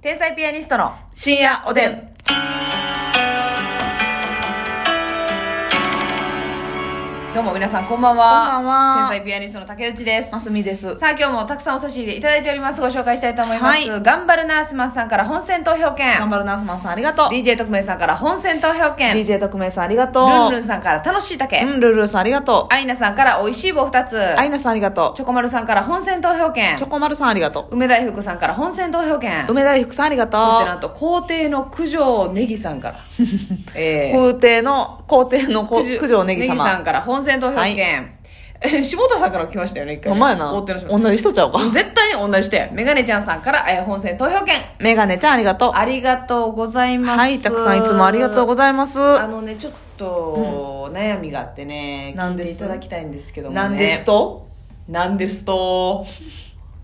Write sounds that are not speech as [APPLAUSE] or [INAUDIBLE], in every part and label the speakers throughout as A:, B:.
A: 天才ピアニストの
B: 深夜おでん。
A: どうも皆さんこんばんは
B: こんばん
A: 天
B: は
A: 才ピアニストの竹内です
B: マスミです。
A: さあ今日もたくさんお差し入れいただいておりますご紹介したいと思います、
B: は
A: 頑張るナースマンさんから本選投票
B: 頑
A: 券
B: 張るナースマンさんありがとう。
A: DJ 特命さんから本選投票券ル
B: DJ 特命さんありがとう。
A: ンルンさんから楽しい竹、
B: うん、ルンルンさんありがと
A: アイナさんから美味しい棒2つ
B: う。アイナさんありがと
A: チョコマルさんから本選投票券
B: う。チョコマルさんありがと
A: 梅大福さんから本選投票券
B: う。梅大福さんありがと
A: そ
B: う。
A: してなんと皇帝の九条ネギさん
B: [LAUGHS]
A: から、えー
B: 空挺の、皇帝のこ九条ネギ
A: さん
B: 様。
A: から本選投票券、下田さんから来ましたよね一回
B: お
A: ね
B: 前な。
A: 皇帝の下田
B: 同じ人ちゃうか。
A: 絶対に同じでメガネちゃんさんから、えー本選投票券
B: メガネちゃんありがと。
A: ありがとうございうます
B: はい、たくさんいつもありがとうご
A: ざい
B: ざいます。
A: あのねちょっと悩みがあってね、
B: なん
A: 聞い
B: で
A: て
B: す
A: いただきたいんですけどもね
B: なんですと
A: なんですと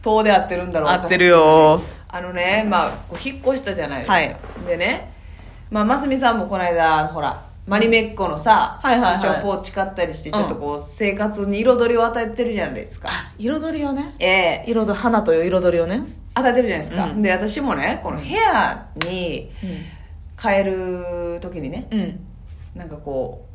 A: 遠で合ってるんだろう
B: 合ってるよ。
A: あのね、まあ、こう引っ越したじゃないですか。
B: はい
A: でね、まあ、ますみさんもこの間、ほら、マリメッコのさ、
B: はいはいはい
A: ショップを誓ったりして、
B: うん
A: ちょっとこう、生活に彩りを与えてるじゃないですか。
B: 彩りをね。
A: ええ
B: 彩り、花という彩りをね。
A: 与えてるじゃないですか。
B: うん
A: で、私もね、この部屋に変える時にね、
B: うん。
A: なんかこ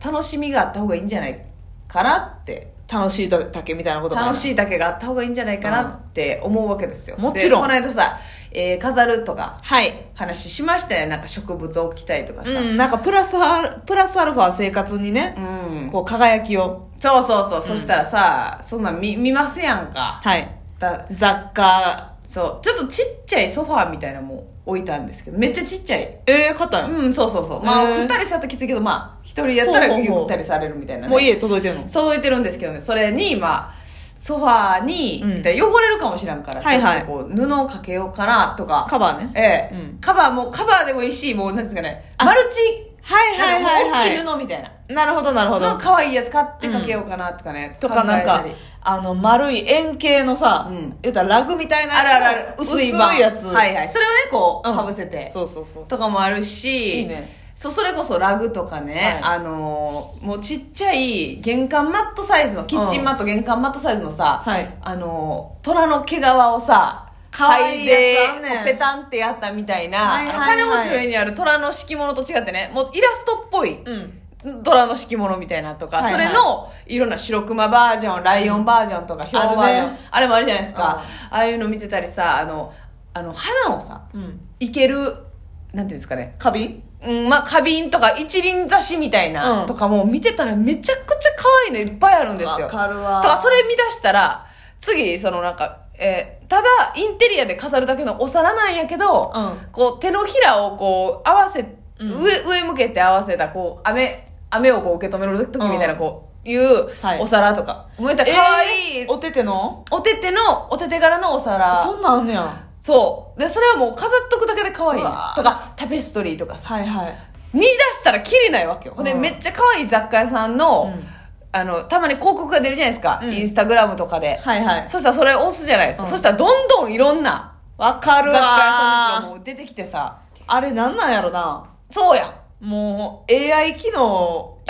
A: う、楽しみがあった方がいいんじゃないかなって。
B: 楽しい竹みたいなことかな
A: 楽しいだけがあった方がいいんじゃないかなって思うわけですよ。
B: うんもちろん
A: でこの間さ、えー飾るとか
B: はい。
A: 話しましたよね。なんか植物を置きたいとかさ。
B: うん、なんかプラスアル、プラスアルファ生活にね、
A: うん、
B: こう輝きを、
A: そうそうそう、そしたらさそんなん見見ますやんか
B: はい。
A: だ
B: 雑貨、
A: そうちょっとちっちゃいソファーみたいなのも置いたんですけどめっちゃちっちゃい
B: ええー、買ったんや
A: うんそうそうそうまあ
B: へ
A: 2
B: ー
A: 人さったらきついけどまあ1人やったら
B: ほうほうほう
A: ゆったりされるみたいな、ね、
B: もう家届いてるの
A: 届いてるんですけどねそれにまあソファーに、
B: うん
A: みたいな汚れるかもしらんから、
B: はいはい
A: ちょっとこう布をかけようかなとか
B: カバーね。
A: ええ
B: うん
A: カバーもカバーでもいいしもうなんですかねマルチ
B: はい
A: な
B: は
A: ん
B: い
A: か
B: はい
A: もう
B: は
A: 大き
B: い。
A: い布みたいな
B: なるほどなるほ
A: の
B: ど。
A: 可愛いやつ買ってかけようかなとかね、
B: とかなん
A: 考
B: か
A: えたり、
B: あの、丸い円形のさ、
A: うん
B: 言ったらラグみたいな
A: あるあるある
B: 薄
A: 薄
B: い
A: い版
B: やつ。
A: はいはいそれをねこう
B: うん
A: かぶせて、
B: そうそうそう。
A: とかもあるし
B: いいね
A: そうそれこそラグとかね、
B: は
A: あのーもうちっちゃい玄関マットサイズのキッチンマット、玄関マットサイズのさ、
B: はい
A: あのー虎の毛皮をさ
B: 可愛いやつあんねん
A: 嗅いでペタンってやったみたいな、
B: はいはいは
A: あ
B: い
A: の金持ちの家にある虎の敷物と違ってねもうイラストっぽい、
B: うん。
A: ドラの敷物みたいなとか、
B: はいはい
A: それのいろんな白熊バージョンライオンバージョンとかヒョウバージョンあ,、
B: あ
A: れ
B: るね
A: もあるじゃないですか、
B: うん
A: ああいうの見てたりさあのあの花をさ
B: うん。
A: いけるなんていうんですかね
B: 花瓶
A: うんまあ花瓶とか一輪挿しみたいな、
B: うん
A: とかも見てたらめちゃくちゃ可愛いのいっぱいあるんですよ
B: わ
A: と
B: かるわ。
A: かそれ見出したら次そのなんか、えーただインテリアで飾るだけのお皿なんやけど、
B: うん
A: こう手のひらをこう合わせ、
B: うん
A: 上上向けて合わせたこう雨雨をこう受け止める時みたいな
B: うん
A: こう、いう
B: はい
A: お皿とか、もういったら可愛い、
B: えーお手手の
A: お手手のお手手柄のお皿
B: そ
A: そ
B: んなんあんねや。
A: うでそれはもう飾っとくだけで可愛いう
B: わー
A: とかタペストリーとかさ
B: はいはい。
A: 見出したら切れないわけよ、で
B: うん
A: めっちゃ可愛い雑貨屋さんの,、
B: うん
A: あのたまに広告が出るじゃないですか、
B: うん
A: インスタグラムとかで、
B: はいはい。
A: そしたらそれ押すじゃないですか、
B: うん
A: そしたらどんどんいろんな
B: わかる
A: 雑貨屋さんのやつが
B: わ。
A: もう出てきてさ
B: あれなんなんやろな。
A: そうやん [LAUGHS]
B: もう AI 機能、
A: そう、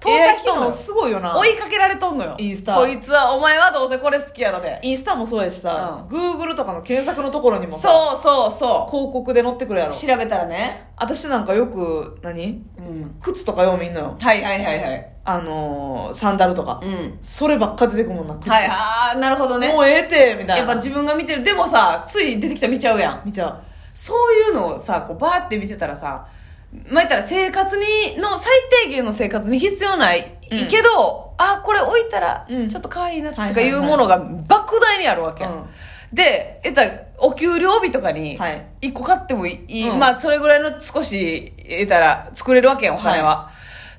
A: 投
B: AI
A: 石
B: 機
A: とんの
B: 能
A: よ
B: すごいよな。
A: 追いかけられとんのよ。
B: インスタ
A: こいつは、お前はどうせこれ好きやろで。
B: インスタもそうやしさ、
A: う
B: Google とかの検索のところにも
A: そ
B: さ
A: うそうそ
B: 広告で載ってくるや
A: う。
B: ろ。
A: 調べたらね。
B: 私なんかよく、何
A: うん。
B: 靴とかよう見んのよ。
A: はいはいはいはい。
B: あのー、サンダルとか。
A: うん。
B: そればっか出てくもんな、靴。
A: はい、あー、なるほどね。
B: もうええて、みた
A: や
B: い
A: っぱ
B: な。
A: 自分が見てる。でもさ、つい出てきた見ちゃうやん。
B: 見ちゃ
A: そういうのをさ、こう、バーって見てたらさ、まあ、言ったら生活に、の最低限の生活に必要ない、
B: うん
A: けど、あ、これ置いたら、
B: うん
A: ちょっと可愛いな、と
B: はい
A: か
B: はい
A: い
B: はいう
A: ものが莫大にあるわけやん。
B: うん
A: で、えったらお給料日とかに、
B: はい
A: 一個買ってもいい、
B: うん
A: まあ、それぐらいの少し、えったら、作れるわけやん、お金は。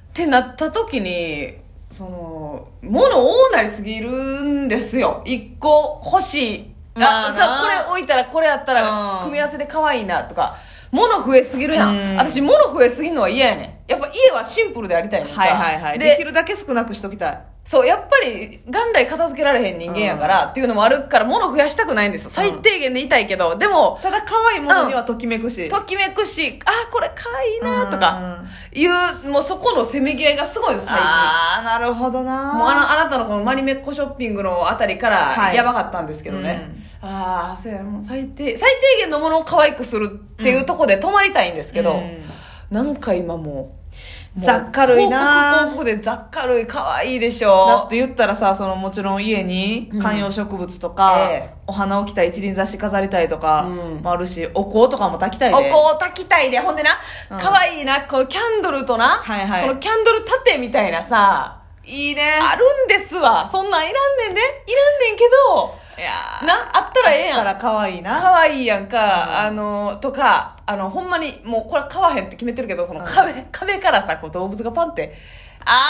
A: ってなった時に、その、物多なりすぎるんですよ。一個欲しい。
B: まあ
A: あ、
B: な
A: だこれ置いたらこれやった
B: う
A: ら
B: ん
A: 組み合わせで可愛いなとか物増えすぎるや
B: うんん
A: 私物増えすぎるのは嫌やねんやっぱ家はシンプルでありたいねん
B: う。
A: か
B: はいはいはい。で
A: で
B: きるだけ少なくしときたい。
A: そう、やっぱり、元来片付けられへん人間やから、っていうのもあるから、物増やしたくないんですよ。最低限でいたいけど、でも、
B: ただ可愛いものにはときめくし、
A: ときめくし、あ、これかわいいな、とか、いう、もうそこのせめぎ合いがすごいです、最近。
B: ああなるほどな
A: もうあの、あなたのこのマリメッコショッピングのあたりから
B: は、い
A: やばかったんですけどね。ああ、そうやな、もう最低、最低限のものを可愛くするっていうところで止まりたいんですけど、
B: うん
A: なんか今もう、もう
B: ざっかるいな
A: 広告広告でざっかるい、可愛いでし
B: だっ
A: ょ
B: て。言ったらさそのもちろん家に
A: うん
B: 観葉植物とか、
A: ええ
B: お花を着た一輪挿し飾りたいとか
A: うん
B: もあるし、お香とかも炊きたい
A: お
B: で
A: 香炊きたいで、ほんでな
B: う、ん
A: 可愛いな、このキャンドルとな、
B: はいはい
A: このキャンドル立てみたいなさ、
B: いいね
A: あるんですわ。そんなんいらんねんで、いらんねんけど、
B: いや
A: な、あったらええ
B: だ
A: や
B: か
A: ん。
B: ら可愛いな
A: 可愛いやんか、
B: う
A: あの、とか、あの、ほんまに、もうこれは買わへんって決めてるけど、その
B: うん
A: 壁、壁からさ、こう動物がパンって
B: あ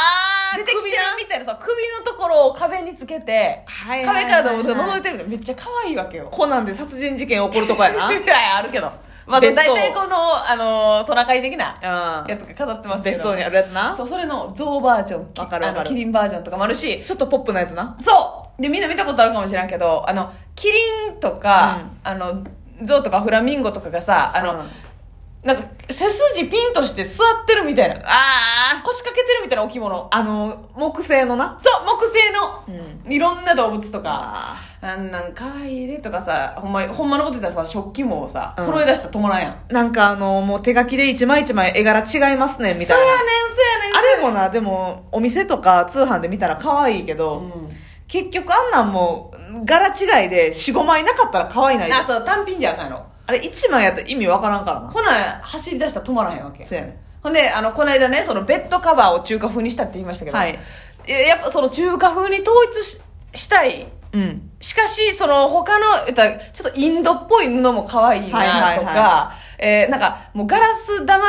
B: ー
A: 出てきてる
B: 首な
A: みたいなさ、首のところを壁につけて、
B: はい
A: 壁
B: はいはいはい
A: から動物が覗いてるみたいな、めっちゃ可愛いわけよ。
B: コナンで殺人事件起こるとこや
A: [LAUGHS]
B: な
A: いや、あるけど。まあ、大
B: 別荘
A: 体この、あの、トナカイ的な
B: う
A: や
B: ん
A: つが飾ってますけど。
B: 別荘にあるやつな
A: そう、それの象バージョン、き
B: わかるわかる
A: あのキリンバージョンとかもあるし、
B: ちょっとポップなやつな
A: そうで、みんな見たことあるかもしれんけど、あの、キリンとか、あの、象とかフラミンゴとかがさ、あの、
B: うん
A: なんか、背筋ピンとして座ってるみたいな。あ腰掛けてるみたいな置物。
B: あの木製のな
A: そう、木製の、
B: う
A: いろんな動物とか、
B: あ
A: あんなんかわいいでとかさ、ほんま、ほんまのこと言ったらさ、食器もさ、
B: うん
A: 揃え出したら止まらんやん。
B: ーなんかあのもう手書きで一枚一枚絵柄違います
A: そうや
B: ねみたいな
A: ねん、そうやねん、
B: あれもなでもお店とか通販で見たら可愛いけど、
A: も、
B: 結局あんなんもう柄違いで45枚なかったら可愛いないで
A: あ、
B: あ
A: そう、単品じゃあかんの。
B: れ1枚やったら意味わからんからな
A: ほな、走り出したら止まらへんわけ。
B: そうやね
A: ほんで、あの、この間ね、そのベッドカバーを中華風にしたって言いましたけど、
B: はい
A: ややっぱその中華風に統一ししたい。
B: うん
A: しかし、その他の、言ったらちょっとインドっぽい布も可愛い
B: はい
A: な
B: はいはい
A: とか、えーなんか、もうガラス玉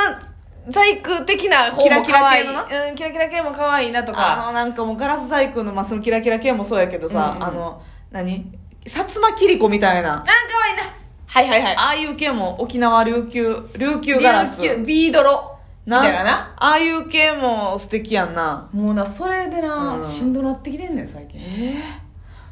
A: 細工的な方も可愛い。
B: キラキラ系
A: うん、キラキラ系も可愛いなと
B: あ
A: か。
B: のなんかもうガラス細工の、まあ、そのキラキラ系もそうやけど
A: う
B: さ、
A: んうん
B: あの何薩摩切子みたいな
A: あ、可愛いな。はいはいはい。
B: ああいう系も沖縄琉球琉球ガラス
A: 琉球ビードロ。みたいなな。
B: ああいう系も素敵やんな
A: もうな、それでな、
B: うん
A: しんどなってきてんねん、最近。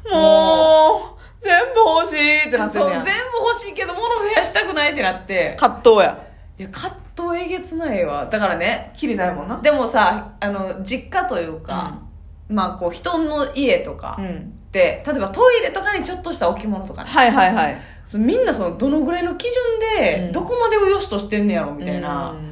B: もう全部欲しいってなって
A: そ
B: る
A: う、
B: や
A: 全
B: ん
A: 部欲しいけど、物増やしたくないってなって。
B: 葛藤や
A: いや、葛藤えげつないわ。だからね、
B: きりないもんな
A: でもさ、あの、実家というか、まあ、こう、人の家と
B: う
A: か
B: ん
A: で、例えばトイレとかにちょっとした置物とかね。
B: はいはいはい
A: そうみんなその、どのぐらいの基準で、
B: うん
A: どこまでを良しとしてんねやろ、みたいな。
B: うん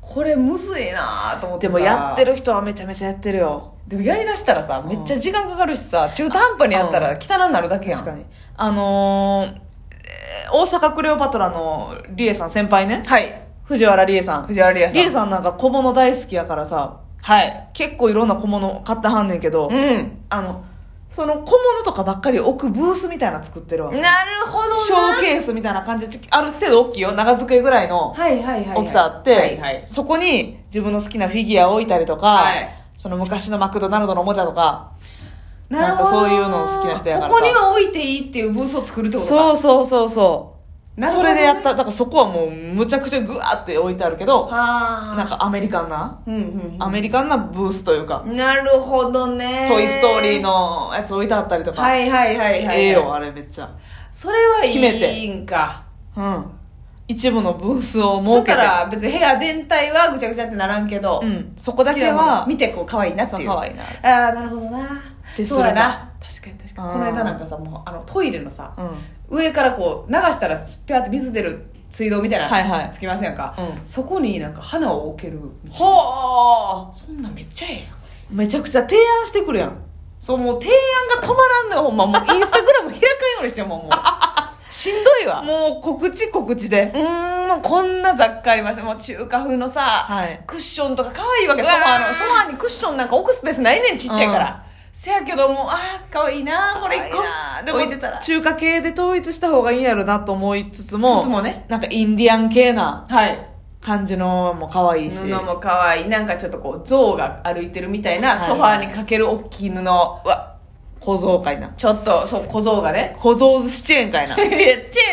A: これむずいなと思って
B: で
A: さ。
B: もやって。る人はめちゃめちゃやってるよ
A: でもやりだしたらさ、めっちゃ時間かかるしさ、中途半端にやったら汚になるだけやん。
B: 確かにあのーえー大阪クレオパトラのリエさん先輩ね
A: はい。
B: 藤原リエさん
A: 藤原理
B: リ
A: 恵
B: エ
A: さん。
B: さんなんか小物大好きやからさ
A: はい。
B: 結構いろんな小物買ってはんねんけど
A: うん。
B: あのその小物とかばっかり置くブースみたいなの作ってるわけ
A: なるほどな。
B: ショーケースみたいな感じである程度大きいよ長机ぐらいの
A: はいはいはいはい。
B: 大きさあって、
A: はいはい。
B: そこに自分の好きなフィギュアを置いたりとか、
A: はい
B: その昔のマクドナルドのおもちゃとか
A: なるほど。
B: なんかそういうの好きな人やからさ
A: ここには置いていいっていうブースを作るってことか。
B: そうそうそうそう、
A: なるほど
B: そ
A: ね
B: れでやっただからそこはもうむちゃくちゃグワーって置いてあるけど
A: はあ。
B: なんかアメリカンな、
A: うんうん
B: アメリカンなブースというか
A: うん。なるほど
B: 「
A: ね。
B: トイ・ストーリー。のやつ置いてあったりとか、
A: はいはいはいはい。
B: ええよ。あれめっちゃ
A: それはい
B: 決めて
A: いんか。
B: うん一部のブース
A: そ
B: を設
A: し
B: け
A: た
B: て
A: ら別に部屋全体はぐちゃぐちゃってならんけど、
B: うん、そこだけ
A: 好きなもの
B: は
A: 見てこう可愛いなって
B: そう
A: いう。
B: 可愛いな
A: ああ、なるほどな。
B: てす
A: そう
B: る
A: や
B: な
A: な。確かに確かに。
B: うん
A: この間なんかさ、もうあのトイレのさ、
B: うん
A: 上からこう流したらピャーって水出る水道みたいな、
B: はいはい
A: つきませんか、
B: うん
A: そこになんか花を置けるみたいな
B: ほ
A: そんなんめっちゃええやん
B: うめちゃくちゃ提案してくるやん
A: そうもう提案が止まらんのよほんまもうインスタグラム開かんようにしてもんも
B: [LAUGHS]
A: うしんどいわ
B: もう告知告知で
A: うーんもうこんな雑貨ありましたもう中華風のさ、
B: はい
A: クッションとか可愛いわけ
B: う
A: ソ
B: わー
A: ファーのソファーにクッションなんか置くスペースないねんちっちゃいから、せやけどもうあー可愛いなこれ一個
B: 可愛いな
A: 置いてたら
B: 中華系で統一した方がいいんやろなと思いつつも
A: つつもね
B: なんかインディアン系な
A: はい
B: 感じのも可愛いし
A: 布も可愛いなんかちょっとこう象が歩いてるみたいな
B: はい
A: ソファーにかける大きい布、
B: うわ小僧会な
A: ちょっとそう小僧がね
B: 小僧寿司チェーン会な
A: い
B: し
A: や [LAUGHS] チ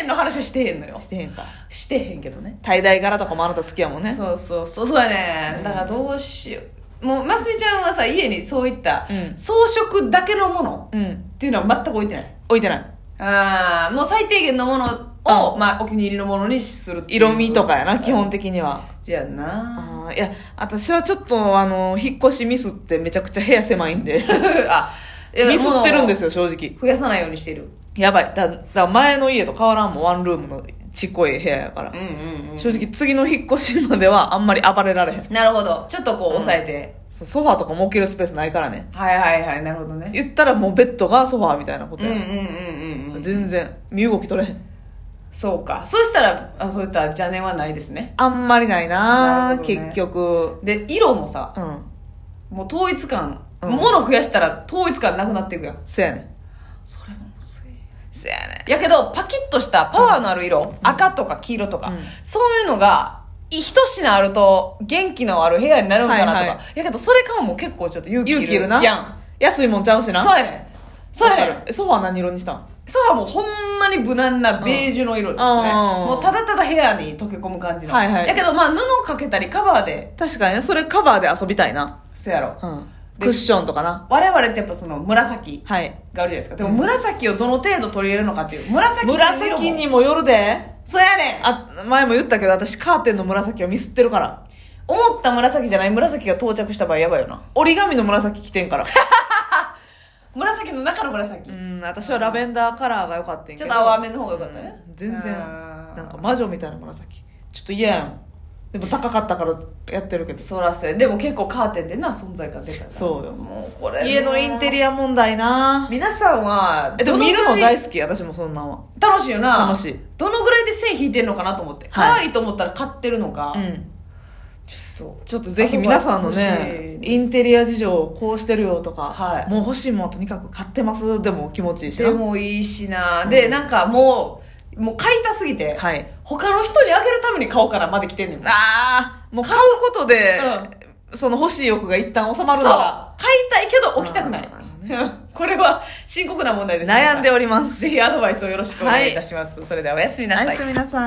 A: ェーンの話はしてへんのよ
B: てへんか
A: してへんけどね
B: 滞在柄とかもあなた好きやもんね
A: そうそうそうそうやねだからどうしようもうますみちゃんはさ家にそういった
B: うん
A: 装飾だけのもの
B: うん。
A: っていうのは全く置いてない
B: 置いてない。
A: ああもう最低限のものを、
B: う
A: まあ、お気に入りのものにするっていう
B: 色味とかやな、基本的には。
A: じゃあな
B: あーいや、私はちょっと、あの、引っ越しミスってめちゃくちゃ部屋狭いんで、
A: [LAUGHS] あいや
B: ミスってるんで
A: も
B: すよ、正直
A: う。増やさないようにしてる
B: やばい。だ、だから前の家と変わらんもんワンルームのちっこい部屋やから
A: うん。うんうん
B: 正直、次の引っ越しまでは [LAUGHS] あんまり暴れられへん。
A: なるほどちょっとこう抑えて、
B: そうソファーとかも置けるスペースないからね。
A: はいはいはいなるほどね
B: 言ったらもうベッドがソファーみたいなこ
A: う
B: と
A: んうん
B: や。
A: うんうんうん
B: 全然、身動き取れへん。
A: そうかそうしたらあそういった邪念はないですね
B: あんまりないな
A: なる
B: ぁ
A: ほどね
B: 結局。
A: で色もさ
B: うん。
A: もう統一感、
B: うん
A: 物増やしたら統一感なくなっていくやん
B: せやねん。
A: それもむずい
B: せやね
A: やけどパキッとしたパワーのある色、赤とか黄色とか、
B: うん
A: そういうのがい一品あると元気のある部屋になるんかなとか、
B: はいはい
A: やけどそれ買うのも結構ちょっと勇
B: ん。
A: 気いる
B: 勇気いるな。
A: やん
B: 安いもんちゃうしな。
A: そうやねんそうやねん
B: えソファー何色にしたん
A: ソファーもほんまに無難なベージュの色ですね、
B: うんうん
A: もうただただ部屋に溶け込む感じの、
B: はいはい
A: やけどまあ布かけたりカバーで
B: 確かにね、それカバーで遊びたいな。
A: そうやろ
B: うん。
A: で
B: クッションとかな。
A: 我々ってやっぱその紫
B: はい。
A: があるじゃないですかでも紫をどの程度取り入れるのかっていう紫っていう色も
B: 紫にもよるで。
A: そうやねん
B: あ、前も言ったけど、私カーテンの紫をミスってるから。
A: 思った紫じゃない紫が到着した場合やばいよな
B: 折り紙の紫着て
A: [LAUGHS]
B: んから。
A: 紫の中の紫、
B: うん、私はラベンダーカラーが良かったん
A: ち
B: やけ
A: ょっ
B: ど。
A: と淡めの方がよかったね、
B: うん全然
A: あー
B: なんか魔女みたいな紫ちょっと嫌やんでも高かったからやってるけど
A: そらせでも結構カーテンでな存在感出たから
B: そうよ
A: もうこれ
B: [LAUGHS] 家のインテ
A: ア
B: リア問題な
A: 皆さんは
B: えでも見るの大
A: 好
B: 好き私もそんなんは
A: き楽しいよな
B: 楽しい
A: どのぐらいで線引いてんのかなと思って、可愛いと思ったら買ってるのか、
B: うん
A: ちょっと
B: ちょっとぜひ皆さんの
A: アドバイス欲しい
B: ね
A: です
B: インテリア事情こうしてるよとか、
A: はい
B: もう欲しいもんとにかく買ってますでも気持ちいいしな
A: でもいいしな、でなんかもうもう買いたすぎて、
B: はい
A: 他の人にあげるために買おうからまで来てんねんもん
B: ああもう買うことで、その欲しい欲が一旦収ま
A: そ
B: る
A: う
B: のが
A: 買いたいけど起きたくない
B: あ
A: [LAUGHS] これは深刻な問題です
B: 悩んでおります
A: ぜひアドバイスをよろしくお願いいたします、それではおやすみな
B: お
A: さい
B: やすみなさい